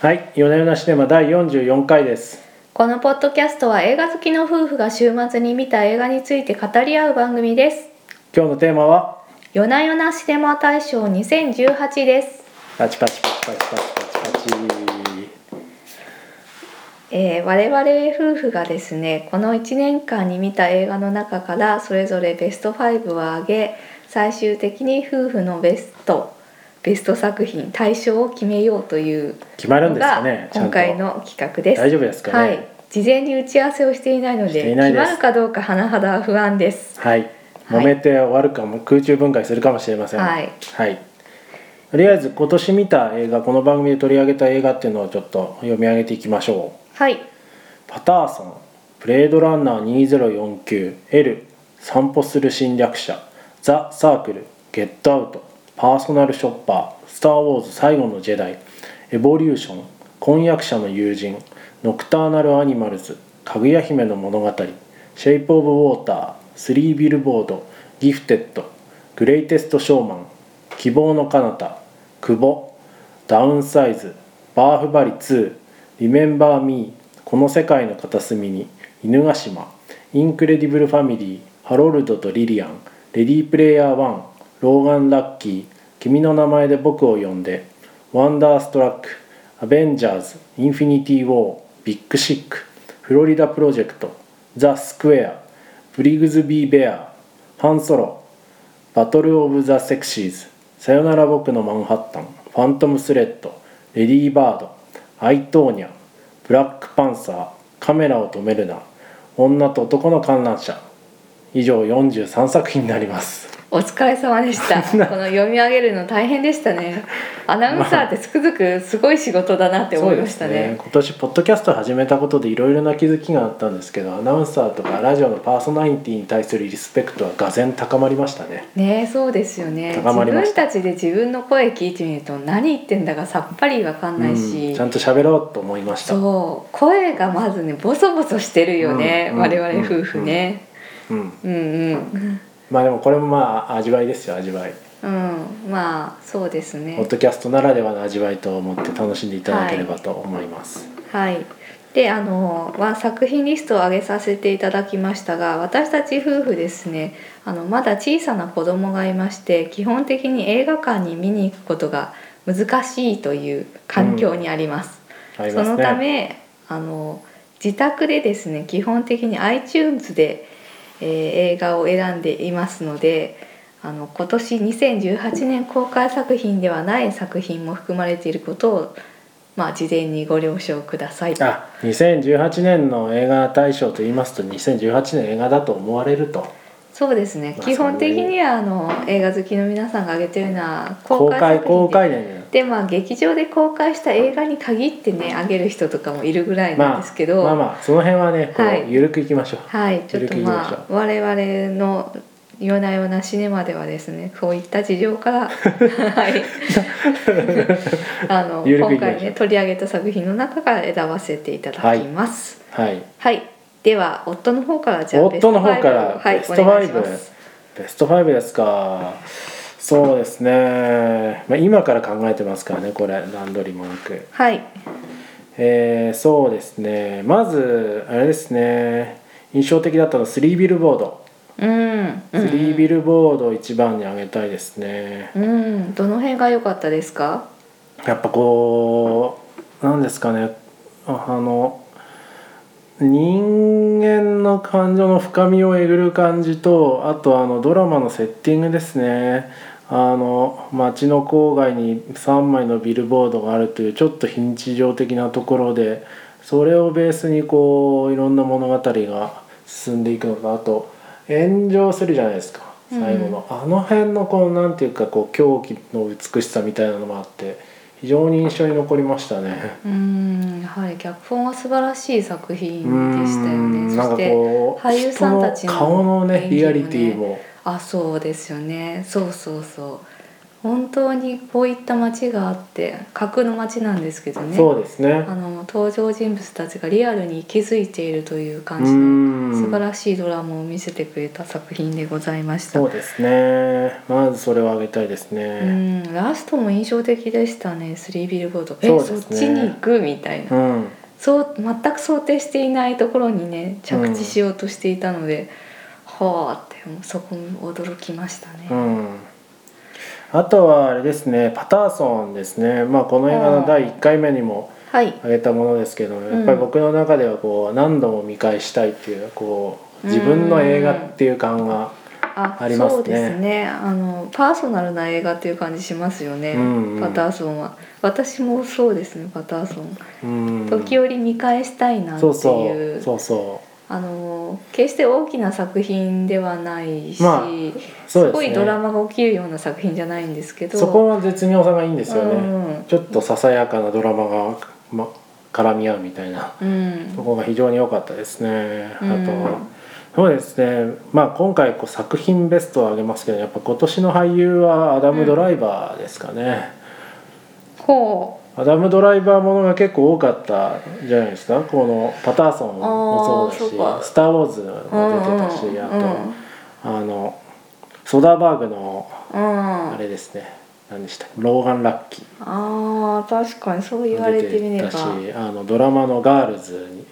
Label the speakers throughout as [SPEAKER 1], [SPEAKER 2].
[SPEAKER 1] はい、夜な夜なシネマ第44回です。
[SPEAKER 2] このポッドキャストは映画好きの夫婦が週末に見た映画について語り合う番組です
[SPEAKER 1] 今日のテーマは
[SPEAKER 2] 夜な夜なシネマ大賞2018です、
[SPEAKER 1] パチパチパチパチパチパチパチ。
[SPEAKER 2] えー我々夫婦がですねこの1年間に見た映画の中からそれぞれベスト5を挙げ最終的に夫婦のベストベスト作品大賞を決めようという
[SPEAKER 1] 決まるん
[SPEAKER 2] の
[SPEAKER 1] ですか
[SPEAKER 2] が
[SPEAKER 1] ね。ちゃん
[SPEAKER 2] 今
[SPEAKER 1] と
[SPEAKER 2] 回の企画です
[SPEAKER 1] 大丈夫ですかね。
[SPEAKER 2] はい、事前に打ち合わせをしていないの
[SPEAKER 1] して
[SPEAKER 2] で
[SPEAKER 1] いない
[SPEAKER 2] 決
[SPEAKER 1] です
[SPEAKER 2] まるかどうか甚だ不安です
[SPEAKER 1] はい。
[SPEAKER 2] はい
[SPEAKER 1] 揉めて終わるかも空中分解するかもしれません。
[SPEAKER 2] はい
[SPEAKER 1] はい。とりあえず今年見た映画この番組で取り上げた映画っていうのをちょっと読み上げていきましょう。
[SPEAKER 2] はい
[SPEAKER 1] パターソン、ブレードランナー2049、L、散歩する侵略者、ザ・サークル、ゲットアウト、パーソナルショッパー、スター・ウォーズ最後のジェダイ、エボリューション、婚約者の友人、ノクターナル・アニマルズ、かぐや姫の物語、シェイプ・オブ・ウォーター、スリー・ビルボード、ギフテッド、グレイテスト・ショーマン、希望の彼方、久保、ダウンサイズ、バーフバリ2、リメンバー・ミー、この世界の片隅に、犬ヶ島、インクレディブル・ファミリー、ハロルドとリリアン、レディープレイヤー1、ローガン・ラッキー、君の名前で僕を呼んで、ワンダーストラック、アベンジャーズ、インフィニティ・ウォー、ビッグ・シック、フロリダ・プロジェクト、ザ・スクエア、ブリグズ・ビー・ベア、ハン・ソロ、バトル・オブ・ザ・セクシーズ、さよなら僕のマンハッタン、ファントム・スレッド、レディー・バード、アイトーニャ、ブラック・パンサー、カメラを止めるな、女と男の観覧車、以上43作品になります。
[SPEAKER 2] お疲れ様 でした。この読み上げるの大変でしたね。アナウンサーってつくづくすごい仕事だなって思いましたね。
[SPEAKER 1] 今年ポッドキャストを始めたことでいろいろな気づきがあったんですけどアナウンサーとかラジオのパーソナリティに対するリスペクトはがぜん高まりましたね
[SPEAKER 2] ねえそうですよね。自
[SPEAKER 1] 高まりまし
[SPEAKER 2] 分
[SPEAKER 1] た
[SPEAKER 2] たちで自分の声聞いてみると何言ってんだかさっぱりわかんな
[SPEAKER 1] う
[SPEAKER 2] い
[SPEAKER 1] ん
[SPEAKER 2] し
[SPEAKER 1] ちゃ。んと喋ろうと思いました
[SPEAKER 2] そう声がまずねボソボソしてるよね、
[SPEAKER 1] うんうん
[SPEAKER 2] 我々夫婦ね、
[SPEAKER 1] うん、
[SPEAKER 2] うん、うん
[SPEAKER 1] まあでもこれもまあ味わいですよ味わい
[SPEAKER 2] うんまあそうですね
[SPEAKER 1] ポッドキャストならではの味わいと思って楽しんでいただければと思います、
[SPEAKER 2] はい。で、あの、は作品リストを上げさせていただきましたが、私たち夫婦ですね。あの、まだ小さな子供がいまして、基本的に映画館に見に行くことが難しいという環境にあります。
[SPEAKER 1] あり
[SPEAKER 2] そ
[SPEAKER 1] ますね
[SPEAKER 2] のため、あの、自宅でですね、基本的に iTunes で、えー映画を選んでいますので、あの今年2018年公開作品ではない作品も含まれていることを、まあ、事前にご了承ください。
[SPEAKER 1] あ2018年の映画大賞と言いますと2018年映画だと思われると
[SPEAKER 2] そうですね、
[SPEAKER 1] まあ
[SPEAKER 2] 基本的にはあの映画好きの皆さんが挙げてるような
[SPEAKER 1] 公開公
[SPEAKER 2] 公開作品
[SPEAKER 1] 開年
[SPEAKER 2] でで、まあ、劇場で公開した映画に限ってね挙げる人とかもいるぐらいなんですけど、
[SPEAKER 1] まあまあまあその辺はねこ
[SPEAKER 2] は
[SPEAKER 1] う
[SPEAKER 2] い
[SPEAKER 1] 緩くいきましょう、
[SPEAKER 2] はい、ちょっ
[SPEAKER 1] ゆる
[SPEAKER 2] とま
[SPEAKER 1] くいきましょ
[SPEAKER 2] あ我々の夜な夜なシネマではですねそういった事情から はいあの
[SPEAKER 1] ゆるくい
[SPEAKER 2] 今
[SPEAKER 1] きましょう
[SPEAKER 2] 回ね取り上げた作品の中から選ばせていただきます。
[SPEAKER 1] はい
[SPEAKER 2] はい、では夫の方からじゃあベス
[SPEAKER 1] 夫
[SPEAKER 2] ト
[SPEAKER 1] の方
[SPEAKER 2] 5
[SPEAKER 1] から
[SPEAKER 2] はい
[SPEAKER 1] ベス
[SPEAKER 2] お
[SPEAKER 1] ト
[SPEAKER 2] 願いしま
[SPEAKER 1] 5
[SPEAKER 2] す。
[SPEAKER 1] ベスト5ですかそうですね、まあ、今から考えてますからねこれ段取りもなく
[SPEAKER 2] はい
[SPEAKER 1] えーそうですねまずあれですね印象的だったのは3ビルボード
[SPEAKER 2] うん、うん
[SPEAKER 1] 3ビルボードを一番に挙げたいですね
[SPEAKER 2] うん、どの辺が良かったですか？
[SPEAKER 1] やっぱこうなんですかねああの人間の感情の深みをえぐる感じとあとあのドラマのセッティングですねあの街の郊外に3枚のビルボードがあるというちょっと非日常的なところでそれをベースにこういろんな物語が進んでいくのとあと炎上するじゃないですか最後の、あの辺のこうなんていうかこう狂気の美しさみたいなのもあって非常に印象に残りましたね。
[SPEAKER 2] うん、やはり脚本は素晴らしい作品でしたよ
[SPEAKER 1] う
[SPEAKER 2] ね。
[SPEAKER 1] んな
[SPEAKER 2] そ
[SPEAKER 1] んか
[SPEAKER 2] して。
[SPEAKER 1] こう
[SPEAKER 2] 俳優さんたちの
[SPEAKER 1] 人の顔のね
[SPEAKER 2] 演技
[SPEAKER 1] リ
[SPEAKER 2] も
[SPEAKER 1] ア
[SPEAKER 2] ね
[SPEAKER 1] リティも
[SPEAKER 2] あそうですよねそうそうそう本当にこういった街があって架空の街なんですけどね
[SPEAKER 1] そうですね
[SPEAKER 2] あの登場人物たちがリアルに息づいているという
[SPEAKER 1] う
[SPEAKER 2] 感じの
[SPEAKER 1] ーん
[SPEAKER 2] 素晴らしいドラマを見せてくれた作品でございました
[SPEAKER 1] そうですねまずそれを挙げたいです
[SPEAKER 2] う
[SPEAKER 1] ね
[SPEAKER 2] んラストも印象的でしたねスリービルボードえ
[SPEAKER 1] そう
[SPEAKER 2] そ,、
[SPEAKER 1] ですね
[SPEAKER 2] っちに行くみたいな、
[SPEAKER 1] うん、
[SPEAKER 2] そう全く想定していないところにね着地しようとしていたので、はあってもうそこも驚きましたね、
[SPEAKER 1] うんあとはあれですねパターソンですねまあこの映画の第1回目にも
[SPEAKER 2] はい
[SPEAKER 1] 挙げたものですけど
[SPEAKER 2] ん
[SPEAKER 1] やっぱり僕の中ではこう何度も見返したいっていうこう自分の映画っていう感が
[SPEAKER 2] あ
[SPEAKER 1] ありますね
[SPEAKER 2] そうですねあのパーソナルな映画っていう感じしますよね、
[SPEAKER 1] うんうん
[SPEAKER 2] パターソンは私もそうですねパターソン、
[SPEAKER 1] うん
[SPEAKER 2] 時折見返したいなってい
[SPEAKER 1] そううそうそうそ
[SPEAKER 2] あの決して大きな作品ではないし、
[SPEAKER 1] まあうそうですす,、ね、
[SPEAKER 2] ごいドラマが起きるような作品じゃないんですけど
[SPEAKER 1] そこは絶妙さがいいんですよね、
[SPEAKER 2] うん
[SPEAKER 1] ちょっとささやかなドラマが、ま、絡み合うみたいな
[SPEAKER 2] うん
[SPEAKER 1] ところが非常に良かったですね、
[SPEAKER 2] うん
[SPEAKER 1] あとそうですねまあ今回こう作品ベストを挙げますけどやっぱ今年の俳優はアダム・ドライバーですかね、
[SPEAKER 2] ほ
[SPEAKER 1] アダム・ドライバーものが結構多かったじゃないですかこの「パターソン」も
[SPEAKER 2] あー
[SPEAKER 1] そう
[SPEAKER 2] そう
[SPEAKER 1] だ
[SPEAKER 2] か
[SPEAKER 1] し「スター・ウォーズ」
[SPEAKER 2] ううんう
[SPEAKER 1] も
[SPEAKER 2] ん
[SPEAKER 1] 出てたし、あと、
[SPEAKER 2] うん
[SPEAKER 1] あのソダーバーグの
[SPEAKER 2] あ
[SPEAKER 1] あれですね何でしたっけローガン・ラッキー
[SPEAKER 2] あー確かにそう言われてみれば
[SPEAKER 1] 出てたしあのドラマのガールズに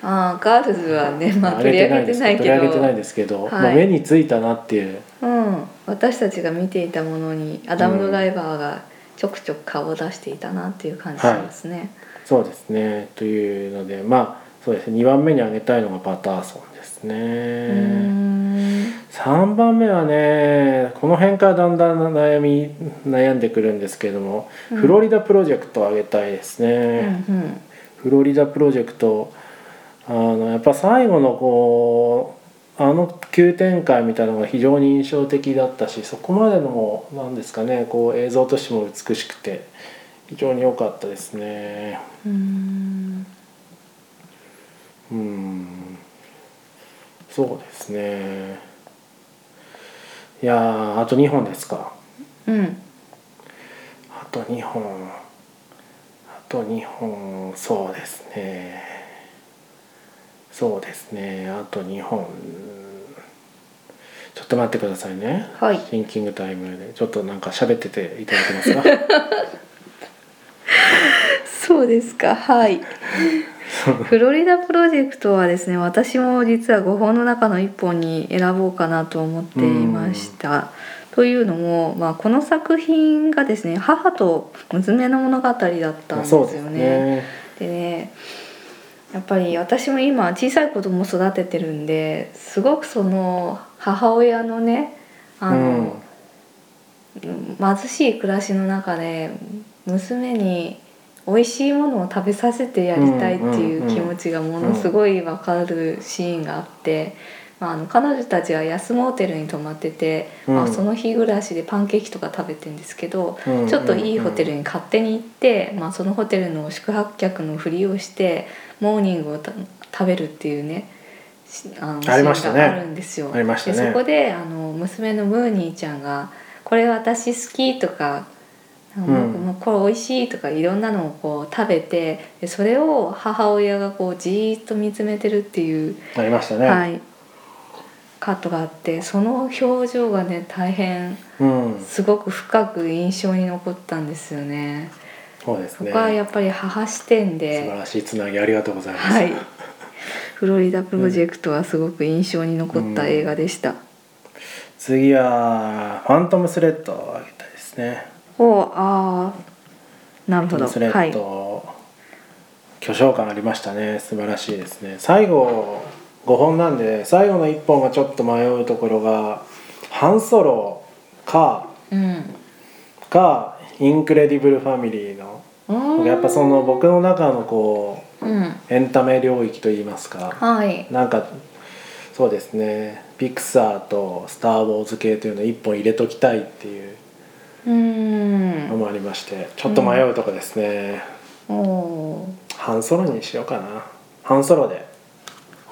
[SPEAKER 2] ああガールズはね、まあ、取り上げてない
[SPEAKER 1] 取り
[SPEAKER 2] け
[SPEAKER 1] 上げてないん
[SPEAKER 2] ど
[SPEAKER 1] ですけど、
[SPEAKER 2] はい
[SPEAKER 1] まあ、目についたなっていう
[SPEAKER 2] うん私たちが見ていたものにアダム・ドライバーがちょくちょく顔を出していたなっていう感じしますね、
[SPEAKER 1] そうですねというのでまあそうですね2番目に挙げたいのがパターソンです
[SPEAKER 2] うー
[SPEAKER 1] ね
[SPEAKER 2] ん
[SPEAKER 1] 3番目はねこの辺からだんだん悩み悩んでくるんですけども、
[SPEAKER 2] うん
[SPEAKER 1] フロリダプロジェクトを挙げたいです
[SPEAKER 2] う
[SPEAKER 1] ね、
[SPEAKER 2] ん
[SPEAKER 1] フロリダプロジェクトあのやっぱ最後のこうあの急展開みたいなのが非常に印象的だったしそこまでのもなんですかねこう映像としても美しくて非常に良かったですね
[SPEAKER 2] うんうーん
[SPEAKER 1] うんそうですねいやーあと2本ですか
[SPEAKER 2] うん
[SPEAKER 1] あと2本あと2本そうですねそうですねあと2本ちょっと待ってくださいね
[SPEAKER 2] はい
[SPEAKER 1] シンキングタイムでちょっとなんか喋ってていただけ ますか
[SPEAKER 2] そうですかはいフロリダプロジェクトはですね私も実は5本の中の1本に選ぼうかなと思っていました。というのも、まあ、この作品がですね母と娘の物語だったん
[SPEAKER 1] まあ
[SPEAKER 2] です
[SPEAKER 1] そ
[SPEAKER 2] よ
[SPEAKER 1] うです
[SPEAKER 2] ね。
[SPEAKER 1] ね
[SPEAKER 2] でねやっぱり私も今小さい子供を育ててるんですごくその母親のねあの、貧しい暮らしの中で娘に美味しいものを食べさせてやりたいってい
[SPEAKER 1] ん
[SPEAKER 2] う
[SPEAKER 1] う
[SPEAKER 2] うん
[SPEAKER 1] うん
[SPEAKER 2] 気持ちがものすごいわかるシーンがあって、まあ、あの彼女たちは安モーテルに泊まってて、
[SPEAKER 1] うん
[SPEAKER 2] まあ、その日暮らしでパンケーキとか食べてるんですけど、
[SPEAKER 1] うん
[SPEAKER 2] ちょっといいホテル
[SPEAKER 1] に
[SPEAKER 2] に勝手に行って、まあ、そのホテルの宿泊客のふりをしてモーニングをた食べるっていうねしあのシ
[SPEAKER 1] あり
[SPEAKER 2] ー
[SPEAKER 1] ました
[SPEAKER 2] ン
[SPEAKER 1] ね
[SPEAKER 2] があるんですよ。
[SPEAKER 1] ありました
[SPEAKER 2] でそこ
[SPEAKER 1] ね
[SPEAKER 2] であの娘のムーニーちゃんが「これ私好き」とか「なんか
[SPEAKER 1] うん
[SPEAKER 2] もうこれ美味しい」とかいろんなのをこう食べてでそれを母親がこうじーっと見つめてるっていう、
[SPEAKER 1] ありましたね、
[SPEAKER 2] はい、カットがあってその表情がね大変
[SPEAKER 1] うん
[SPEAKER 2] すごく深く印象に残ったんですよね。
[SPEAKER 1] そうです
[SPEAKER 2] そ
[SPEAKER 1] ね
[SPEAKER 2] こはやっぱり母視点
[SPEAKER 1] 素晴
[SPEAKER 2] で、
[SPEAKER 1] らしいつなぎありがとうございます、
[SPEAKER 2] はい、フロリダプロジェクトはすごく印象に残った映画でした。
[SPEAKER 1] 次はファントムスレッドをあげたいですね
[SPEAKER 2] おあーなる
[SPEAKER 1] ト
[SPEAKER 2] ほど
[SPEAKER 1] ムスレ
[SPEAKER 2] は
[SPEAKER 1] ッ
[SPEAKER 2] い
[SPEAKER 1] ド、巨匠感ありましたね素晴らしいですね最後5本なんで最後の1本がちょっと迷うところがハンソロか
[SPEAKER 2] うん
[SPEAKER 1] かインクレディブルファミリーの
[SPEAKER 2] うーん
[SPEAKER 1] やっぱその僕の中のこ
[SPEAKER 2] うん
[SPEAKER 1] うエンタメ領域といいますか
[SPEAKER 2] はい
[SPEAKER 1] なんかそうですねピクサーと「スター・ウォーズ」系というのを1本入れときたいっていう
[SPEAKER 2] うー
[SPEAKER 1] の
[SPEAKER 2] ん
[SPEAKER 1] もありましてちょっと迷うとこですね、
[SPEAKER 2] おお
[SPEAKER 1] ハンソロにしようかなハンソロで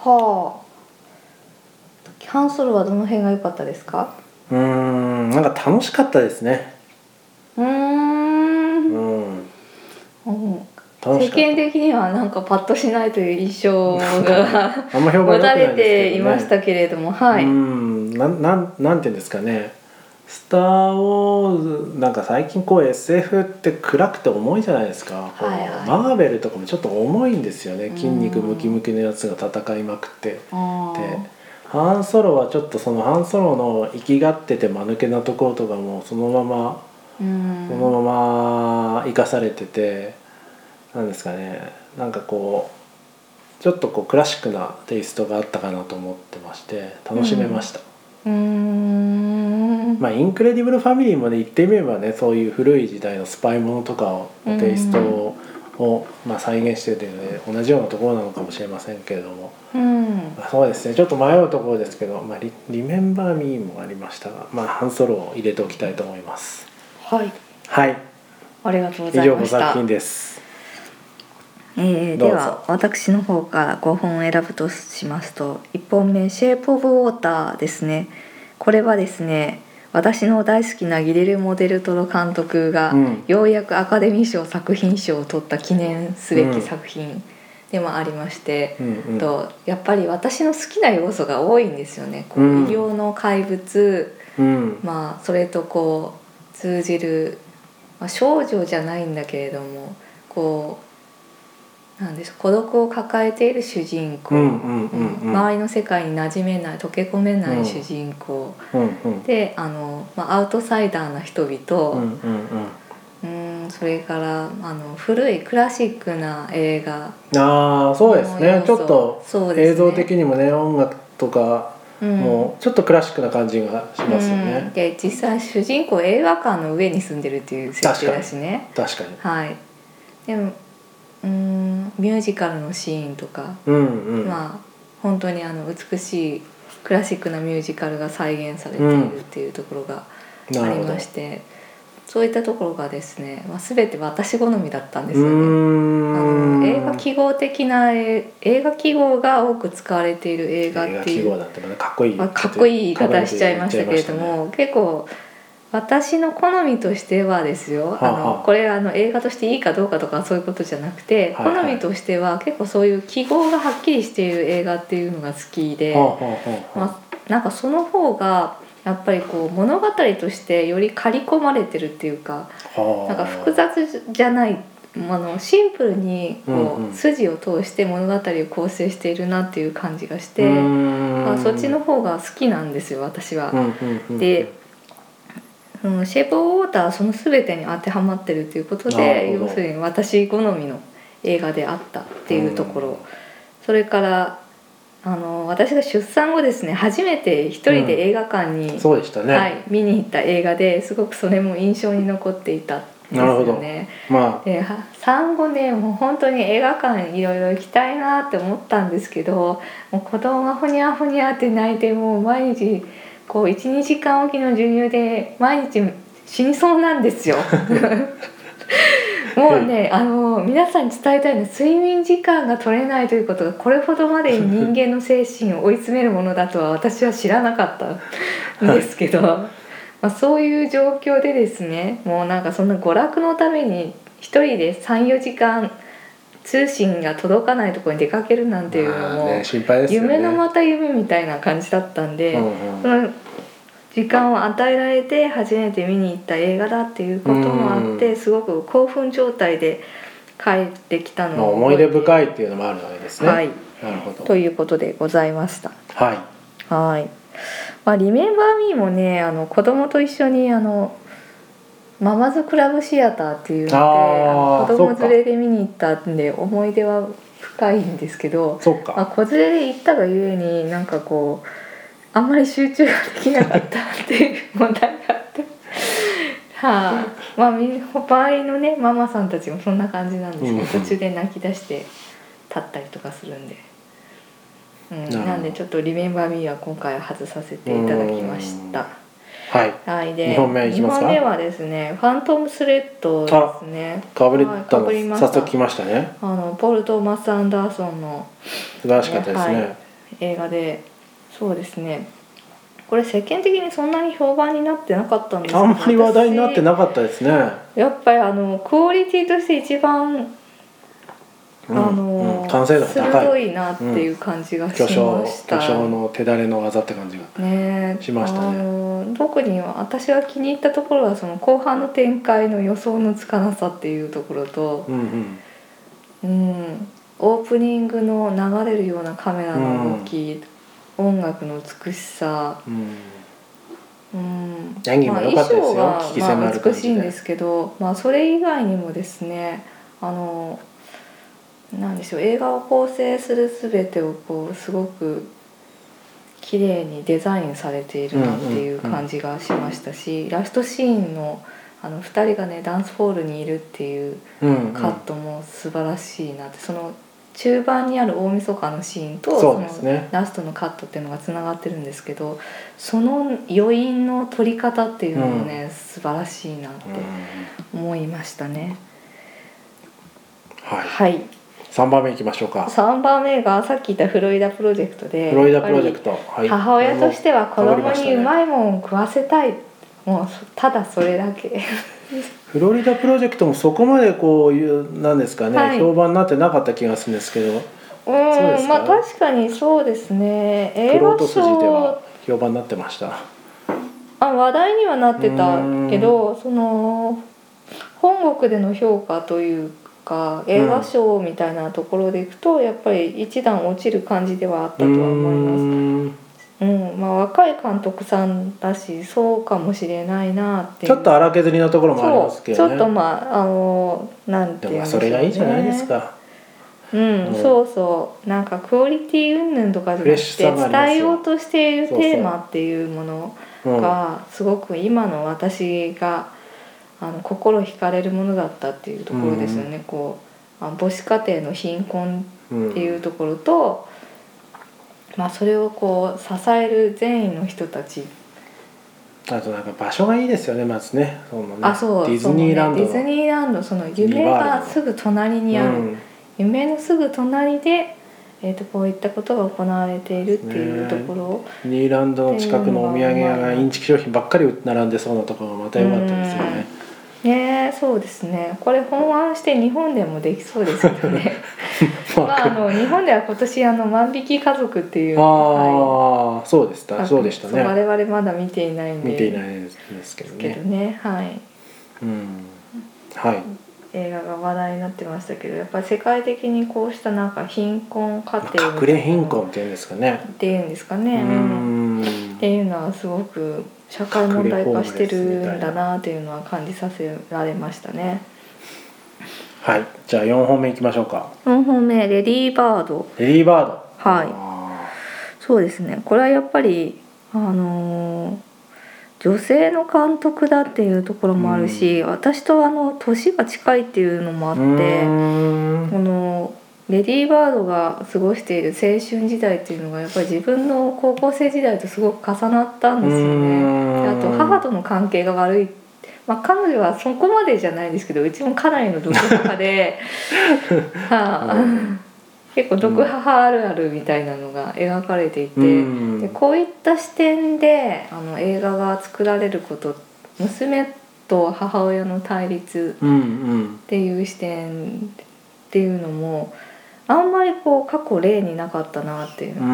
[SPEAKER 2] ーはあハンソルはどの辺が良かったですか
[SPEAKER 1] うーんなんか楽しかったですね
[SPEAKER 2] うーん
[SPEAKER 1] うん
[SPEAKER 2] うん
[SPEAKER 1] 楽し
[SPEAKER 2] 世
[SPEAKER 1] かっ
[SPEAKER 2] 間的にはなんかパッとしないという印象が
[SPEAKER 1] たあんま評判
[SPEAKER 2] 持
[SPEAKER 1] 良くな
[SPEAKER 2] た
[SPEAKER 1] いですけど、ね、
[SPEAKER 2] れていましたけれども、はい、
[SPEAKER 1] うんなんなんなんていうんですかね「スター・ウォーズ」なんか最近こう SF って暗くて重いじゃないですか、こう
[SPEAKER 2] はいはい
[SPEAKER 1] マーベルとかもちょっと重いんですよね
[SPEAKER 2] うん
[SPEAKER 1] 筋肉ムキムキのやつが戦いまくって。
[SPEAKER 2] あ
[SPEAKER 1] で
[SPEAKER 2] ー
[SPEAKER 1] ハンソロはちょっとそのハンソロの生きがってて間抜けなところとかもそのまま
[SPEAKER 2] うん
[SPEAKER 1] そのまま生かされててなんですかねなんかこうちょっとこうクラシックなテイストがあったかなと思ってまして楽しめました、
[SPEAKER 2] うーん
[SPEAKER 1] まあインクレディブル・ファミリーもね言ってみればねそういう古い時代のスパイものとかを
[SPEAKER 2] うん
[SPEAKER 1] テイストを,、まあ、再現してて、ね、同じようなところなのかもしれませんけれども、
[SPEAKER 2] うん
[SPEAKER 1] まあ、そうですねちょっと迷うところですけど「まあ、リリメンバー・ミー」もありましたが、まあ、ハンソロを入れておきたいと思います
[SPEAKER 2] はい
[SPEAKER 1] はい
[SPEAKER 2] ありがとうご
[SPEAKER 1] 以
[SPEAKER 2] ざい
[SPEAKER 1] 上
[SPEAKER 2] ま
[SPEAKER 1] 5
[SPEAKER 2] した
[SPEAKER 1] 作品です
[SPEAKER 2] えー
[SPEAKER 1] どう
[SPEAKER 2] で
[SPEAKER 1] ぞ
[SPEAKER 2] は私の方から5本選ぶとしますと1本目「シェイプ・オブ・ウォーター」ですねこれはですね私の大好きなギレル・モデルトロ監督が、
[SPEAKER 1] うん
[SPEAKER 2] ようやくアカデミー賞作品賞を取った記念すべ
[SPEAKER 1] う
[SPEAKER 2] き
[SPEAKER 1] ん
[SPEAKER 2] 作品でもありまして、
[SPEAKER 1] うんうん
[SPEAKER 2] とやっぱり私の好きな要素が多いんですよね。こう
[SPEAKER 1] うん
[SPEAKER 2] 医療の怪物、
[SPEAKER 1] うん
[SPEAKER 2] まあ、それとこう通じる、まあ、少女じゃないんだけれどもこうなんでしょう孤独を抱えている主人公、
[SPEAKER 1] うんうんうんうん
[SPEAKER 2] 周りの世界に馴染めない溶け込めない主人公、
[SPEAKER 1] うんうん
[SPEAKER 2] であの、まあ、アウトサイダーな人
[SPEAKER 1] うん
[SPEAKER 2] 々、
[SPEAKER 1] うんうん
[SPEAKER 2] うん、それからあの古いクラシックな映画
[SPEAKER 1] ああそうです
[SPEAKER 2] の
[SPEAKER 1] ね
[SPEAKER 2] 要
[SPEAKER 1] ちょ
[SPEAKER 2] 素
[SPEAKER 1] っと
[SPEAKER 2] そうですね
[SPEAKER 1] 映像的にもね音楽とか
[SPEAKER 2] うん
[SPEAKER 1] もうちょっとクラシックな感じがしますよ
[SPEAKER 2] うん
[SPEAKER 1] ね、
[SPEAKER 2] で実際主人公映画館の上に住んでるっていう設定だしね。
[SPEAKER 1] 確かに
[SPEAKER 2] はい、でもうーんミュージカルのシーンとか、
[SPEAKER 1] うんうん、
[SPEAKER 2] まあ本当にあの美しいクラシックなミュージカルが再現されているっていうところがあ
[SPEAKER 1] なる
[SPEAKER 2] り
[SPEAKER 1] ほど
[SPEAKER 2] まして、そういったところがですね、まあ、全て私好みだったんです
[SPEAKER 1] う
[SPEAKER 2] よね。あ
[SPEAKER 1] ーん
[SPEAKER 2] の映画記号的なえ映画記号が多く使われている映
[SPEAKER 1] 映
[SPEAKER 2] 画っ
[SPEAKER 1] 画
[SPEAKER 2] て
[SPEAKER 1] 記
[SPEAKER 2] いう
[SPEAKER 1] 号なんてまだかっこいい
[SPEAKER 2] まあ、かっこいい言い方しちゃいましたけ
[SPEAKER 1] 言
[SPEAKER 2] れど
[SPEAKER 1] っちゃいまし
[SPEAKER 2] も、結構私の好みとしてはですよ、
[SPEAKER 1] はあはあ
[SPEAKER 2] あのこれあの映画としていいかどうかとかそういうことじゃなくて、
[SPEAKER 1] はいはい
[SPEAKER 2] 好みとしては結構そういう記号がはっきりしている映画っていうのが好き
[SPEAKER 1] た
[SPEAKER 2] で、
[SPEAKER 1] ねはあはあはあはあ
[SPEAKER 2] まあ、なんかその方がやっぱりこう物語としてより刈り込まれてるっていうか
[SPEAKER 1] はあ
[SPEAKER 2] なんか複雑じゃないあのシンプルにこう、
[SPEAKER 1] うんうん
[SPEAKER 2] 筋を通して物語を構成しているなっていう感じがして。
[SPEAKER 1] うーん
[SPEAKER 2] あそっちの方が好きなんですよ私は。
[SPEAKER 1] うんうんうん
[SPEAKER 2] で、うん、シェイプ・オブ・ウォーターはその全てに当てはまってるということ
[SPEAKER 1] なる
[SPEAKER 2] で
[SPEAKER 1] ほど
[SPEAKER 2] 要するに私好みの映画であったっていうところ、それからあの私が出産後ですね初めて一人で映画館に、
[SPEAKER 1] うんそうでしたね、
[SPEAKER 2] はい、見に行った映画ですごくそれも印象に残っていたんです
[SPEAKER 1] なるほど
[SPEAKER 2] よね。
[SPEAKER 1] ま
[SPEAKER 2] では産後ねもう本当に映画館いろいろ行きたいなって思ったんですけどもう子供がほにゃほにゃって泣いてもう毎日こう12時間おきの授乳で毎日死にそうなんですよ。もうね、あの皆さんに伝えたいのは睡眠時間が取れないということがこれほどまでに人間の精神を追い詰めるものだとは私は知らなかったんですけど、まあ、そういう状況でですねもうなんかそんな娯楽のために一人で34時間通信が届かないところに出かけるなん
[SPEAKER 1] あ
[SPEAKER 2] ていうの
[SPEAKER 1] ま
[SPEAKER 2] も、
[SPEAKER 1] あね心配ですよね
[SPEAKER 2] 夢のまた夢みたいな感じだったんで。
[SPEAKER 1] うん
[SPEAKER 2] その時間を与えられて初めて見に行った映画だっていうこともあっ
[SPEAKER 1] う
[SPEAKER 2] て
[SPEAKER 1] ん
[SPEAKER 2] すごく興奮状態で帰ってきた
[SPEAKER 1] まあ、
[SPEAKER 2] のを
[SPEAKER 1] 思い出深
[SPEAKER 2] い
[SPEAKER 1] いっていうのもあるわけですね、
[SPEAKER 2] はい、
[SPEAKER 1] なるほど
[SPEAKER 2] ということでございました。
[SPEAKER 1] はい
[SPEAKER 2] はい。まあリメンバーミーもねあの子供と一緒にあのママズクラブシアターっていうので
[SPEAKER 1] あー
[SPEAKER 2] あの子
[SPEAKER 1] そ
[SPEAKER 2] 供
[SPEAKER 1] っか
[SPEAKER 2] 連れで見に行ったんで思い出は深いんですけど。
[SPEAKER 1] そっか、
[SPEAKER 2] まあ、子連れで行ったがゆえになんかこうあんまり集中ができなかったっていう問題があ ってはあまあみ周りのねママさんたちもそんな感じなんですけ
[SPEAKER 1] うんう
[SPEAKER 2] ど
[SPEAKER 1] ん
[SPEAKER 2] 途中で泣き出して立ったりとかするんで、うん、
[SPEAKER 1] るほど
[SPEAKER 2] なんでちょっと「リメンバー・ミー」は今回は外させていただきました。
[SPEAKER 1] はい
[SPEAKER 2] はい、で
[SPEAKER 1] 二本目いきますか
[SPEAKER 2] 二本目はですね「ファントム・スレッド」ですね
[SPEAKER 1] かぶれ
[SPEAKER 2] はい
[SPEAKER 1] た
[SPEAKER 2] か
[SPEAKER 1] の
[SPEAKER 2] ぶりまし
[SPEAKER 1] 早速来
[SPEAKER 2] た
[SPEAKER 1] ましたね
[SPEAKER 2] あのポル・トーマス・アンダーソンの
[SPEAKER 1] 素晴らしかったですね
[SPEAKER 2] ね映画でそうですねこれ世間的にそんなに評判になってなかったんですけ
[SPEAKER 1] あ
[SPEAKER 2] ど
[SPEAKER 1] んまり話題になってなかったですね。
[SPEAKER 2] 私やっぱりあのクオリティとして一番あ
[SPEAKER 1] うん
[SPEAKER 2] の、
[SPEAKER 1] うん、完成度が
[SPEAKER 2] 鋭
[SPEAKER 1] 高い。
[SPEAKER 2] いなっていう感じがしま
[SPEAKER 1] 巨匠
[SPEAKER 2] した、
[SPEAKER 1] 巨匠の手だれの技って感じが。
[SPEAKER 2] ねえ
[SPEAKER 1] しましたね
[SPEAKER 2] あの特に私が気に入ったところはその後半の展開の予想のつかなさっていうところと、
[SPEAKER 1] うんうん。
[SPEAKER 2] うん、オープニングの流れるようなカメラの動き、音楽の美しさ、
[SPEAKER 1] うん。
[SPEAKER 2] うん
[SPEAKER 1] 演技も良かったですよ
[SPEAKER 2] まあ
[SPEAKER 1] 聞き迫る
[SPEAKER 2] まあ
[SPEAKER 1] 感じで
[SPEAKER 2] 美しいんですけど、まあ、それ以外にもですねあのなんでしょう映画を構成する全てをこうすごく綺麗にデザインされているなっていう感じがしましたし、ラストシーンのあの2人がねダンスホールにいるっていう
[SPEAKER 1] うん、うん。
[SPEAKER 2] カットも素晴らしいなって、その中盤にある大晦日のシーンと
[SPEAKER 1] そうですね
[SPEAKER 2] そのラストのカットっていうのがつながってるんですけどその余韻の取り方っていうのもね、素晴らしいなって
[SPEAKER 1] うん
[SPEAKER 2] 思いましたね。
[SPEAKER 1] はい。
[SPEAKER 2] はい、
[SPEAKER 1] 三番目いきましょうか。
[SPEAKER 2] 3番目がさっき言ったフロイダプロジェクトで
[SPEAKER 1] フロイダプロジェクト。はい。
[SPEAKER 2] 母親としては子
[SPEAKER 1] 変わり
[SPEAKER 2] 供
[SPEAKER 1] ました
[SPEAKER 2] に
[SPEAKER 1] ね
[SPEAKER 2] うまいもんを食わせたい、もうただそれだけ
[SPEAKER 1] フロリダプロジェクトもそこまでこういうなんですかね、
[SPEAKER 2] はい
[SPEAKER 1] 評判になってなかった気がするんですけど
[SPEAKER 2] う
[SPEAKER 1] そうです
[SPEAKER 2] ん
[SPEAKER 1] か
[SPEAKER 2] まあ確かにそうですね映
[SPEAKER 1] プロ
[SPEAKER 2] 画
[SPEAKER 1] と筋で
[SPEAKER 2] 賞
[SPEAKER 1] は評判になってました
[SPEAKER 2] あ話題にはなってたけどその本国での評価というか映画賞みたいなところでいくと、やっぱり一段落ちる感じではあったとは思います。
[SPEAKER 1] うーん
[SPEAKER 2] うんまあ、若い監督さんだしそうかもしれないなってい
[SPEAKER 1] ち
[SPEAKER 2] う
[SPEAKER 1] ょっと荒削りなところもあります
[SPEAKER 2] そう
[SPEAKER 1] け
[SPEAKER 2] ち
[SPEAKER 1] ど
[SPEAKER 2] ょ
[SPEAKER 1] ね
[SPEAKER 2] っとまああのなんて
[SPEAKER 1] で
[SPEAKER 2] いうん
[SPEAKER 1] も
[SPEAKER 2] でし
[SPEAKER 1] そ
[SPEAKER 2] ょ
[SPEAKER 1] う
[SPEAKER 2] ね
[SPEAKER 1] れがいいじゃないですか、
[SPEAKER 2] うん、
[SPEAKER 1] うん
[SPEAKER 2] そうそうなんかクオリティ云々とかじゃなく
[SPEAKER 1] フレッシュさがありますよ
[SPEAKER 2] て伝えようとしている
[SPEAKER 1] そうそう
[SPEAKER 2] テーマっていうもの
[SPEAKER 1] うん、
[SPEAKER 2] がすごく今の私があの心惹かれるものだったっていうところですよね、こうあ母子家庭の貧困
[SPEAKER 1] うん
[SPEAKER 2] っていうところと、まあ、それをこう支える善意の人たち、
[SPEAKER 1] あとなんか場所がいいですよねまずねそのね
[SPEAKER 2] あそう
[SPEAKER 1] ディズニーランド
[SPEAKER 2] そうね、ディズニーランドその夢
[SPEAKER 1] ディズニーワール
[SPEAKER 2] が
[SPEAKER 1] ド
[SPEAKER 2] すぐ隣にある、
[SPEAKER 1] うん
[SPEAKER 2] 夢のすぐ隣で、えー、とこういったことが行われているっていうところを
[SPEAKER 1] ディズニーランドの近くのお土産屋がインチキ商品ばっかり並んでそうなところがまた良かったですよね、
[SPEAKER 2] ねえそうですねこれ本案して日本でもできそうですよねまああの日本では今年あの「万引き家族」っていう
[SPEAKER 1] あ
[SPEAKER 2] は
[SPEAKER 1] あ、そうでし
[SPEAKER 2] い
[SPEAKER 1] たそうでした
[SPEAKER 2] そう
[SPEAKER 1] ね
[SPEAKER 2] 我々まだ見ていないんで
[SPEAKER 1] 見ていない
[SPEAKER 2] で
[SPEAKER 1] んですけど
[SPEAKER 2] すけど
[SPEAKER 1] ね
[SPEAKER 2] ねはい
[SPEAKER 1] うんはい
[SPEAKER 2] 映画が話題になってましたけどやっぱり世界的にこうしたなんか貧困家
[SPEAKER 1] ま
[SPEAKER 2] 庭
[SPEAKER 1] あ隠れ貧困っていうんですかね
[SPEAKER 2] っていうんですか
[SPEAKER 1] う
[SPEAKER 2] ね、うん
[SPEAKER 1] ん
[SPEAKER 2] っていうのはすごく社会問題化してるんだなっていうのは感じさせられましたね
[SPEAKER 1] はいじゃあ4本目いきましょうか
[SPEAKER 2] 4本目「レディーバード」
[SPEAKER 1] レディーバード
[SPEAKER 2] はい
[SPEAKER 1] あ
[SPEAKER 2] そうですねこれはやっぱりあのー女性の監督だっていうところもあるし、私とあの年が近いっていうのもあっ
[SPEAKER 1] ー
[SPEAKER 2] て、
[SPEAKER 1] うーん
[SPEAKER 2] このレディー・バードが過ごしている青春時代っていうのがやっぱり自分の高校生時代とすごく重なったんですよね。であと母との関係が悪い、まあ、彼女はそこまでじゃないですけどうちもかなりの毒 母で、はあ
[SPEAKER 1] うん
[SPEAKER 2] 結構毒母あるあるみたいなのが描かれていて。
[SPEAKER 1] うん
[SPEAKER 2] でこういった視点であの映画が作られること娘と母親の対立
[SPEAKER 1] うんうん
[SPEAKER 2] っていう視点っていうのもあんまりこう過去例になかったなっていうう、
[SPEAKER 1] ー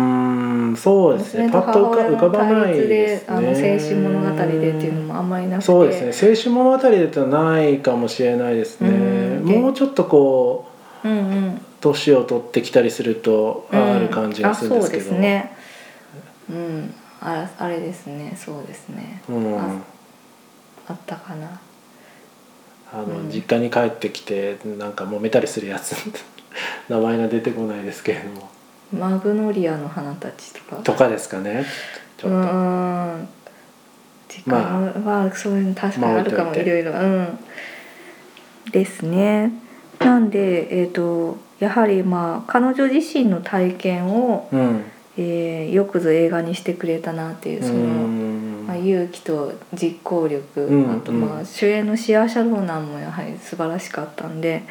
[SPEAKER 1] んそうですね
[SPEAKER 2] 娘
[SPEAKER 1] パッと
[SPEAKER 2] と母親
[SPEAKER 1] 浮か浮
[SPEAKER 2] の
[SPEAKER 1] かばない
[SPEAKER 2] 対立で
[SPEAKER 1] ですね
[SPEAKER 2] あの青春物語でっていうのもあんまりなくて
[SPEAKER 1] そうですね青春物語でとないかもしれないですね
[SPEAKER 2] うん
[SPEAKER 1] もうちょっとこう
[SPEAKER 2] うんうん、
[SPEAKER 1] 年を取ってきたりするとある感じがするんですけど
[SPEAKER 2] あそうですねうんああれですねそうですね
[SPEAKER 1] うん
[SPEAKER 2] ああったかな
[SPEAKER 1] あの、
[SPEAKER 2] うん
[SPEAKER 1] 実家に帰ってきてなんか揉めたりするやつ 名前が出てこないですけれども
[SPEAKER 2] マグノリアの花たちとか
[SPEAKER 1] とかですかねちょ
[SPEAKER 2] う
[SPEAKER 1] っと、
[SPEAKER 2] ーん時間は、まあ、そういうの確かにあるか
[SPEAKER 1] まあ
[SPEAKER 2] も
[SPEAKER 1] 置い
[SPEAKER 2] い
[SPEAKER 1] とい
[SPEAKER 2] ろいろうんですねなんでえっ、とやはりまあ彼女自身の体験を、
[SPEAKER 1] うん
[SPEAKER 2] えーよくぞ映画にしてくれたなっていうその、
[SPEAKER 1] うん
[SPEAKER 2] まあ、勇気と実行力、
[SPEAKER 1] うん
[SPEAKER 2] あとま
[SPEAKER 1] う
[SPEAKER 2] あ
[SPEAKER 1] ん
[SPEAKER 2] 主演のシア・シャローナンもやはり素晴らしかったんで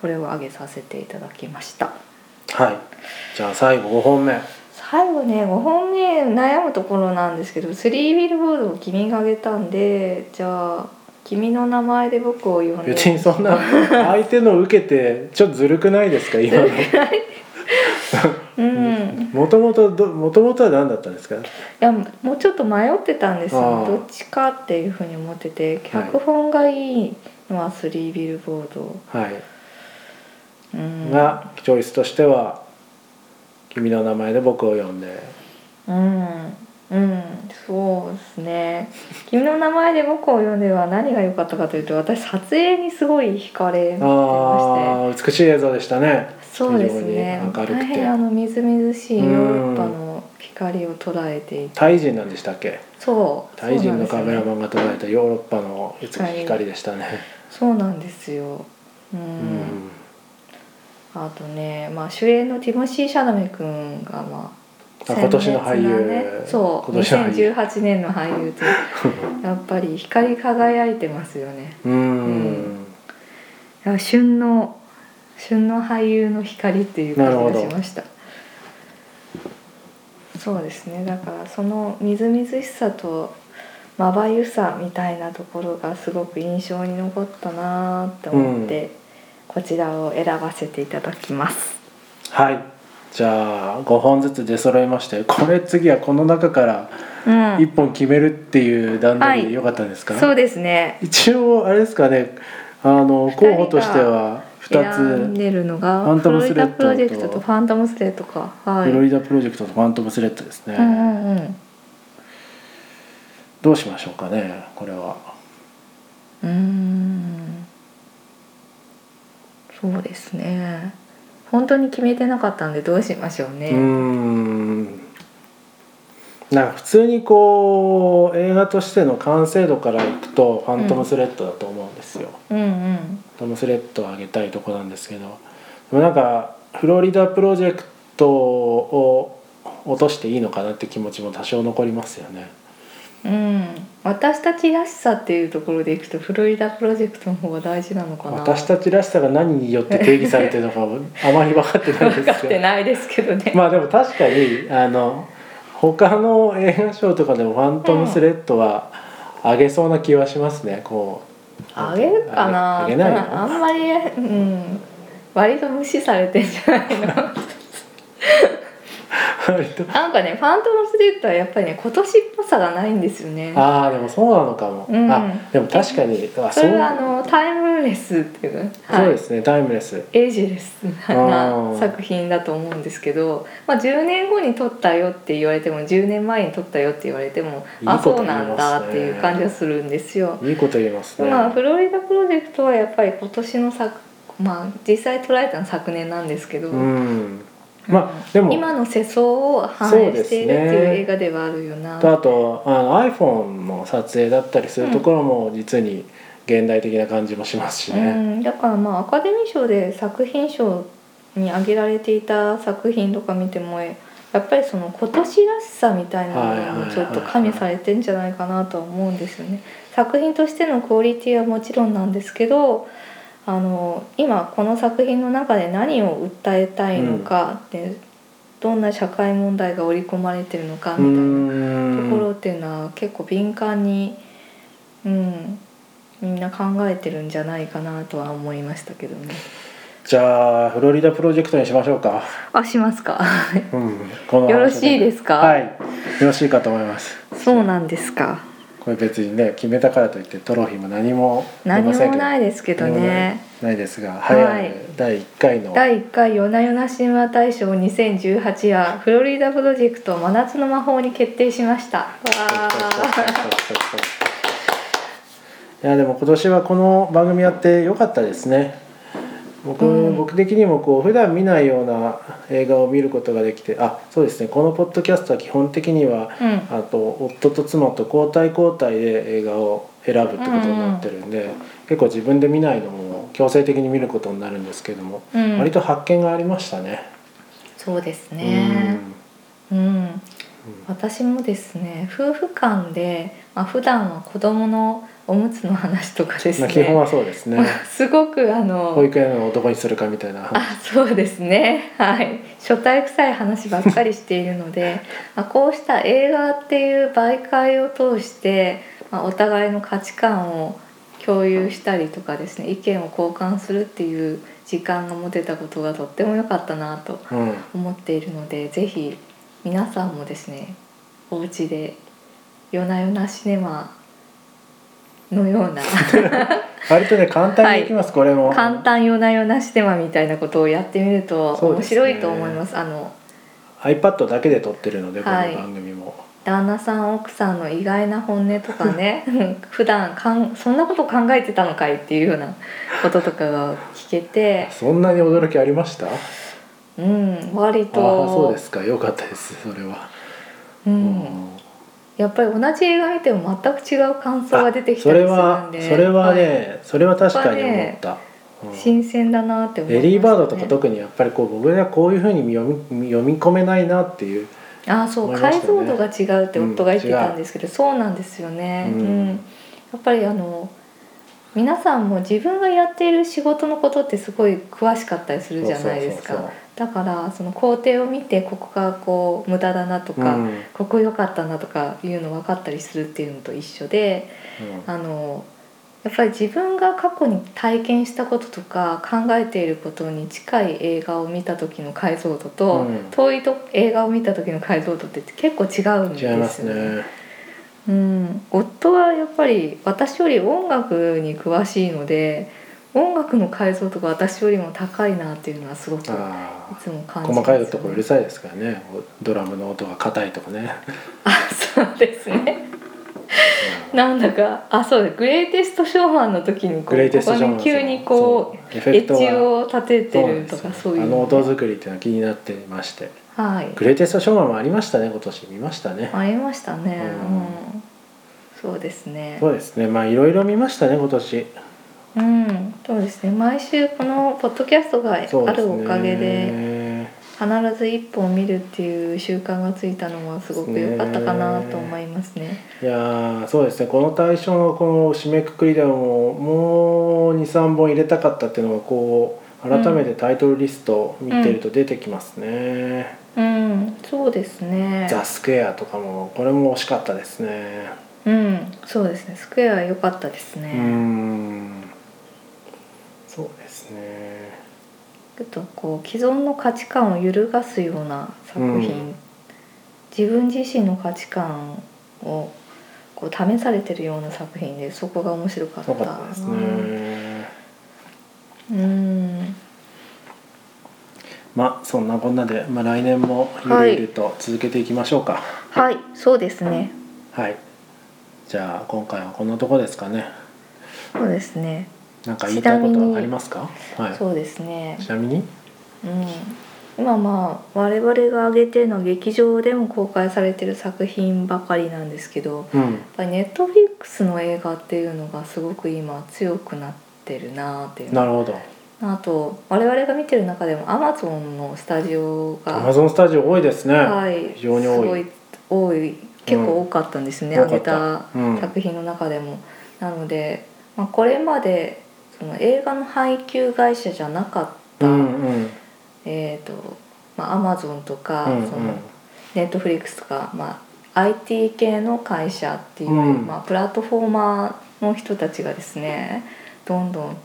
[SPEAKER 2] これを挙げさせていただきました
[SPEAKER 1] はいじゃあ最後5本目
[SPEAKER 2] 最後ね5本目悩むところなんですけど「スリービルボード」を君があげたんでじゃあ「君の名前で僕を呼んで」
[SPEAKER 1] 別にそんな相手の受けてちょっとずるくないですか今の
[SPEAKER 2] うん
[SPEAKER 1] もともともともとは何だったんですか
[SPEAKER 2] いやもうちょっと迷ってたんです
[SPEAKER 1] あ
[SPEAKER 2] よ
[SPEAKER 1] あ
[SPEAKER 2] どっちかっていうふうに思ってて脚本がいいのは「スリービルボード
[SPEAKER 1] はい」
[SPEAKER 2] うん
[SPEAKER 1] がチョイスとしては「君の名前で僕を呼んで
[SPEAKER 2] うんうん、そうですね「君の名前で僕を呼んで」は何が良かったかというと私撮影にすごい惹かれ」てまして
[SPEAKER 1] ああ美しい映像でしたね
[SPEAKER 2] そうですね
[SPEAKER 1] 非常
[SPEAKER 2] 大
[SPEAKER 1] に明るくて
[SPEAKER 2] 変あのみずみずしいヨーロッパの光を捉えていて
[SPEAKER 1] タイ人なんでしたっけ
[SPEAKER 2] そう
[SPEAKER 1] タイ人のカメラマ
[SPEAKER 2] ン
[SPEAKER 1] ンが捉えたヨーロッパの美しい光でしたね、
[SPEAKER 2] そうなんですようん、
[SPEAKER 1] うん
[SPEAKER 2] あとね、まあ、主演のティモシー・シャダメ君がまあ
[SPEAKER 1] あ今年の俳優、
[SPEAKER 2] 鮮烈なねそう
[SPEAKER 1] 今年の俳優
[SPEAKER 2] 2018年の俳優って やっぱり光り輝いてますよね
[SPEAKER 1] うん、
[SPEAKER 2] いや旬の旬の俳優の光っていう
[SPEAKER 1] なるほ
[SPEAKER 2] 感じ
[SPEAKER 1] ど
[SPEAKER 2] がしましたそうですねだからそのみずみずしさとまばゆさみたいなところがすごく印象に残ったなーって思って、こちらを選ばせていただきます
[SPEAKER 1] はいじゃあ5本ずつ出揃えましてこれ次はこの中から
[SPEAKER 2] うん
[SPEAKER 1] 1本決めるっていう段取りでよかったんですか、
[SPEAKER 2] そうですね
[SPEAKER 1] 一応あれですかねあの候補としては
[SPEAKER 2] 選ん
[SPEAKER 1] 2つ
[SPEAKER 2] でるのが
[SPEAKER 1] ファントムスレッドと
[SPEAKER 2] フロリダプロジェクトとファントムスレッドかはい
[SPEAKER 1] フロリダプロジェクトとファントムスレッドですね、
[SPEAKER 2] うんうんうん
[SPEAKER 1] どうしましょうかねこれは
[SPEAKER 2] うーんそうですね本当に決めてなかったんでどうしましょう
[SPEAKER 1] うー
[SPEAKER 2] ね
[SPEAKER 1] んなんか普通にこう映画としての完成度からいくと「ファントムスレッド」だと思うんですよ。
[SPEAKER 2] うんうん
[SPEAKER 1] ファントムスレッドを上げたいとこなんですけどでもなんかフロリダプロジェクトを落としていいのかなって気持ちも多少残りますよね。
[SPEAKER 2] うん私たちらしさっていうところでいくとフロリダプロジェクトの方が大事なのかな
[SPEAKER 1] 私たちらしさが何によって定義されてるのかもあまり分かってない
[SPEAKER 2] 分
[SPEAKER 1] で
[SPEAKER 2] か
[SPEAKER 1] すけ
[SPEAKER 2] って
[SPEAKER 1] ど
[SPEAKER 2] ないですけどね、
[SPEAKER 1] まあでも確かにあの他の映画賞とかでも「ファントムスレッド」は上げそうな気はしますねこう
[SPEAKER 2] あげるかな
[SPEAKER 1] 上げない
[SPEAKER 2] あ
[SPEAKER 1] の
[SPEAKER 2] んまりうん割と無視されてんじゃないの
[SPEAKER 1] 割と
[SPEAKER 2] なんかねファントムスレッドはやっぱりね今年っぽさがないんですよね
[SPEAKER 1] ああでもそうなのかも、
[SPEAKER 2] うん
[SPEAKER 1] あでも確かにあ
[SPEAKER 2] そ
[SPEAKER 1] そう
[SPEAKER 2] れはあのタイムレスっていう、は
[SPEAKER 1] そう
[SPEAKER 2] い、
[SPEAKER 1] ですねタイムレス
[SPEAKER 2] エイジレス
[SPEAKER 1] う
[SPEAKER 2] なん作品だと思うんですけど、まあ、10年後に撮ったよって言われても10年前に撮ったよって言われても
[SPEAKER 1] いい
[SPEAKER 2] あ
[SPEAKER 1] こと
[SPEAKER 2] そうなんだっていう感じがするんですよ。
[SPEAKER 1] いいこと言いますね、
[SPEAKER 2] まあ、フロリダプロジェクトはやっぱり今年の作、まあ、実際撮られたのは昨年なんですけど、
[SPEAKER 1] うん
[SPEAKER 2] うん
[SPEAKER 1] まあでも
[SPEAKER 2] 今の世相を反映しているっていう映画ではあるよな。
[SPEAKER 1] とあとあの iPhone の撮影だったりするところも実に現代的な感じもしますし
[SPEAKER 2] う
[SPEAKER 1] ね、
[SPEAKER 2] ん、だからまあアカデミー賞で作品賞に挙げられていた作品とか見てもやっぱりその今年らしさみたいなものもちょっと加味されてんじゃないかなとは思うんですよね。作品としてのクオリティはもちろんなんですけどあの今この作品の中で何を訴えたいのかって、どんな社会問題が織り込まれてるのかみたいな。ところっていうのは結構敏感に、うん、みんな考えてるんじゃないかなとは思いましたけどね。
[SPEAKER 1] じゃあフロリダプロジェクトにしましょうか、
[SPEAKER 2] あしますか
[SPEAKER 1] うん、この話
[SPEAKER 2] よろしいですか
[SPEAKER 1] はいよろしいかと思います
[SPEAKER 2] そうなんですか
[SPEAKER 1] これ別にね決めたからといってトロフィーも何も
[SPEAKER 2] 何もないいですけど
[SPEAKER 1] 何もない
[SPEAKER 2] ね
[SPEAKER 1] ないですが、
[SPEAKER 2] はい
[SPEAKER 1] は第1回の
[SPEAKER 2] 第1回「夜な夜な神話大賞2018」はフロリダプロジェクト真夏の魔法に決定しましたわー
[SPEAKER 1] いやでも今年はこの番組やって良かったですね僕,、
[SPEAKER 2] うん
[SPEAKER 1] 僕的にもこう普段見ないような映画を見ることができてあそうですねこのポッドキャストは基本的には
[SPEAKER 2] うん
[SPEAKER 1] あと夫と妻と交代交代で映画を選ぶってことになってるんで、結構自分で見ないのも強制的に見ることになるんですけども、
[SPEAKER 2] うん
[SPEAKER 1] 割と発見がありましたね。
[SPEAKER 2] そうですね
[SPEAKER 1] うん
[SPEAKER 2] うん、私もですね夫婦間で、まあ普段は子供のおむつの話とかです
[SPEAKER 1] まあ
[SPEAKER 2] ね
[SPEAKER 1] 基本はそうですね
[SPEAKER 2] すごくあの
[SPEAKER 1] 保育園をどこにするかみたいな
[SPEAKER 2] あそうですねはい初体臭い話ばっかりしている ので、まあ、こうした映画っていう媒介を通して、まあ、お互いの価値観を共有したりとかですね意見を交換するっていう時間が持てたことがとっても良かったなと
[SPEAKER 1] うん
[SPEAKER 2] 思っているのでぜひ皆さんもですねお家で夜な夜なシネマのような
[SPEAKER 1] 割とね簡単にできます、これも
[SPEAKER 2] 簡単夜な夜なシネマみたいなことをやってみると
[SPEAKER 1] そうです
[SPEAKER 2] 面
[SPEAKER 1] ね
[SPEAKER 2] 白いと思います。あの
[SPEAKER 1] iPad だけで撮ってるのでこの
[SPEAKER 2] はい
[SPEAKER 1] 番組も、
[SPEAKER 2] 旦那さん奥さんの意外な本音とかね 普段かんそんなこと考えてたのかいっていうようなこととかが聞けて
[SPEAKER 1] そんなに驚きありましたあ
[SPEAKER 2] うん割
[SPEAKER 1] あ
[SPEAKER 2] と
[SPEAKER 1] そうですかよかったですそれは、
[SPEAKER 2] う、
[SPEAKER 1] うん
[SPEAKER 2] やっぱり同じ映画見ても全く違う感想が出てき
[SPEAKER 1] そ
[SPEAKER 2] たり
[SPEAKER 1] れ
[SPEAKER 2] する
[SPEAKER 1] は
[SPEAKER 2] んで
[SPEAKER 1] それはね、
[SPEAKER 2] い
[SPEAKER 1] それは確かに思った、うん
[SPEAKER 2] 新鮮だなって思いま
[SPEAKER 1] レ
[SPEAKER 2] すね
[SPEAKER 1] ディーバードとか特にやっぱりこう僕にはこういうふうに読み読み込めないなっていう
[SPEAKER 2] ああそう、
[SPEAKER 1] 思いまし
[SPEAKER 2] 解
[SPEAKER 1] たね
[SPEAKER 2] 像度が違うって夫が言ってたんですけど、そうなんですよね、う
[SPEAKER 1] うんん
[SPEAKER 2] やっぱりあの皆さんも自分がやっている仕事のことってすごい詳しかったりするじゃないですか
[SPEAKER 1] そうそう
[SPEAKER 2] だからその工程を見てここがこう無駄だなと
[SPEAKER 1] そうそう
[SPEAKER 2] か、
[SPEAKER 1] うんうん
[SPEAKER 2] ここ良かったなとかいうの分かったりするっていうのと一緒であのやっぱり自分が過去に体験したこととか考えていることに近い映画を見た時の解像度と、
[SPEAKER 1] うん
[SPEAKER 2] 遠いと映画を見た時の解像度って結構違うんですよ
[SPEAKER 1] 違いますね
[SPEAKER 2] うん、夫はやっぱり私より音楽に詳しいので音楽の解像度が私よりも高いなっていうのはすごくい
[SPEAKER 1] あ
[SPEAKER 2] つも
[SPEAKER 1] あ
[SPEAKER 2] 感じ
[SPEAKER 1] 細
[SPEAKER 2] ます
[SPEAKER 1] か
[SPEAKER 2] よね
[SPEAKER 1] いところうるさいですからねドラムの音が硬いと かね、
[SPEAKER 2] あそうですねなんだかあそうですグレイテストショーマンの時にこ
[SPEAKER 1] グレ
[SPEAKER 2] う
[SPEAKER 1] イテ
[SPEAKER 2] こ
[SPEAKER 1] スト
[SPEAKER 2] こ
[SPEAKER 1] ショーマン
[SPEAKER 2] に
[SPEAKER 1] さん
[SPEAKER 2] 急にこう
[SPEAKER 1] そうエフ
[SPEAKER 2] エ
[SPEAKER 1] ェク
[SPEAKER 2] ッ
[SPEAKER 1] トは
[SPEAKER 2] ジを立ててるとか
[SPEAKER 1] そ
[SPEAKER 2] そうう
[SPEAKER 1] ないんですよ
[SPEAKER 2] う
[SPEAKER 1] あの音作りっていうのは気になってまして
[SPEAKER 2] はい
[SPEAKER 1] グレイテストショーマンもありましたね今年見ましたね
[SPEAKER 2] ありましたねう
[SPEAKER 1] うんん、
[SPEAKER 2] そうですね
[SPEAKER 1] そうですねまあいろいろ見ましたね今年
[SPEAKER 2] うんそうですね毎週このポッドキャストが
[SPEAKER 1] そう
[SPEAKER 2] あ
[SPEAKER 1] です
[SPEAKER 2] る
[SPEAKER 1] ね
[SPEAKER 2] おかげで必ず1本見るっていう習慣がついたのはすごく良かったかなと思いますね
[SPEAKER 1] いやーそうですねこの大賞のこの締めくくりでももう23本入れたかったっていうのがこう改めてタイトルリストを見てると出てきますね「
[SPEAKER 2] うんそうですね
[SPEAKER 1] ザ・スクエア」とかもこれも惜しかったですね
[SPEAKER 2] うんそうですねスクエアは良かったです
[SPEAKER 1] う
[SPEAKER 2] ね、
[SPEAKER 1] ーんそうですね
[SPEAKER 2] ちょっとこう既存の価値観を揺るがすような作品、
[SPEAKER 1] うん
[SPEAKER 2] 自分自身の価値観をこう試されてるような作品でそこが面白かった
[SPEAKER 1] よかったですね
[SPEAKER 2] うん
[SPEAKER 1] まあそんなこんなで、まあ、来年もゆるゆると続けていきましょうか
[SPEAKER 2] はいそうですね
[SPEAKER 1] はい、じゃあ今回はこんなとこですかね
[SPEAKER 2] そうですね、
[SPEAKER 1] なんか言いたいこ
[SPEAKER 2] ちなみ
[SPEAKER 1] と
[SPEAKER 2] に
[SPEAKER 1] はありますかはい
[SPEAKER 2] そうですね
[SPEAKER 1] ちなみに
[SPEAKER 2] うん今まあ我々が挙げてるのは劇場でも公開されてる作品ばかりなんですけど
[SPEAKER 1] うん
[SPEAKER 2] やっぱりネットフィックスの映画っていうのがすごく今強くなってるなっていうのは
[SPEAKER 1] なるほど
[SPEAKER 2] あと我々が見てる中でもアマゾンのスタジオ
[SPEAKER 1] ア
[SPEAKER 2] が
[SPEAKER 1] マ、ゾンスタジオ多いですね、
[SPEAKER 2] はい、
[SPEAKER 1] 非常に多い
[SPEAKER 2] すごい多い結構多かったんですね、
[SPEAKER 1] うん
[SPEAKER 2] 挙げ
[SPEAKER 1] 多
[SPEAKER 2] た
[SPEAKER 1] かったうん
[SPEAKER 2] 作品の中でも。なので、まあ、これまでその映画の配給会社じゃなかった、
[SPEAKER 1] うんうん
[SPEAKER 2] えーとまあ、アマゾンとか、
[SPEAKER 1] うん
[SPEAKER 2] そのネットフリックスとか、まあ、IT 系の会社っていう、
[SPEAKER 1] うん
[SPEAKER 2] まあ、プラットフォーマーの人たちがですねどんどん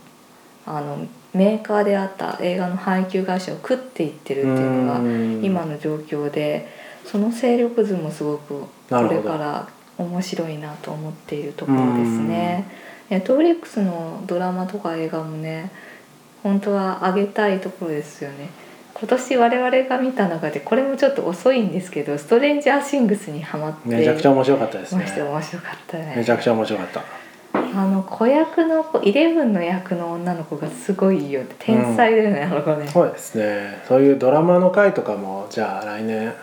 [SPEAKER 2] あのメーカーであった映画の配給会社を食っていってるって
[SPEAKER 1] う
[SPEAKER 2] いうのが
[SPEAKER 1] ん
[SPEAKER 2] 今の状況でその勢力図もすごくこ
[SPEAKER 1] なるほ
[SPEAKER 2] れ
[SPEAKER 1] ど
[SPEAKER 2] から面白いなと思っているところですね。ネットフリックスのドラマとか映画もね本当は上げたいところですよね。今年我々が見た中でこれもちょっと遅いんですけど「ストレンジャーシングス」にハマって
[SPEAKER 1] めちゃくちゃ面白かったです
[SPEAKER 2] まして
[SPEAKER 1] ね
[SPEAKER 2] 面白かったね。
[SPEAKER 1] めちゃくちゃ面白かった
[SPEAKER 2] あの子役の子イレブンの役の女の子がすごいよね天才だよね、あの子ね。
[SPEAKER 1] そうですねそういうドラマの回とかもじゃあ来年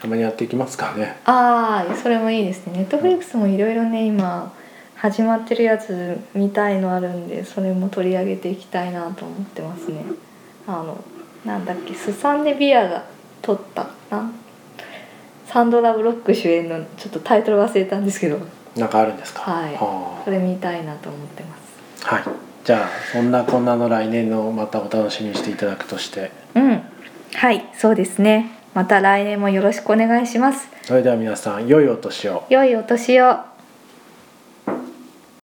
[SPEAKER 1] たまにやっていきますかね
[SPEAKER 2] ああそれもいいですねネットフリックスもいろいろね今始まってるやつ見たいのあるんでそれも取り上げていきたいなと思ってますねあのなんだっけスサンネ・ビアが撮ったなんサンドラ・ブロック主演のちょっとタイトル忘れたんですけど
[SPEAKER 1] なんかあるんですか
[SPEAKER 2] はい
[SPEAKER 1] は
[SPEAKER 2] これ見たいなと思ってます
[SPEAKER 1] あはいじゃあそんなこんなの来年のまたお楽しみにしていただくとして
[SPEAKER 2] うんはいそうですねまた来年もよろしくお願いします
[SPEAKER 1] それでは皆さん良いお年を
[SPEAKER 2] 良いお年を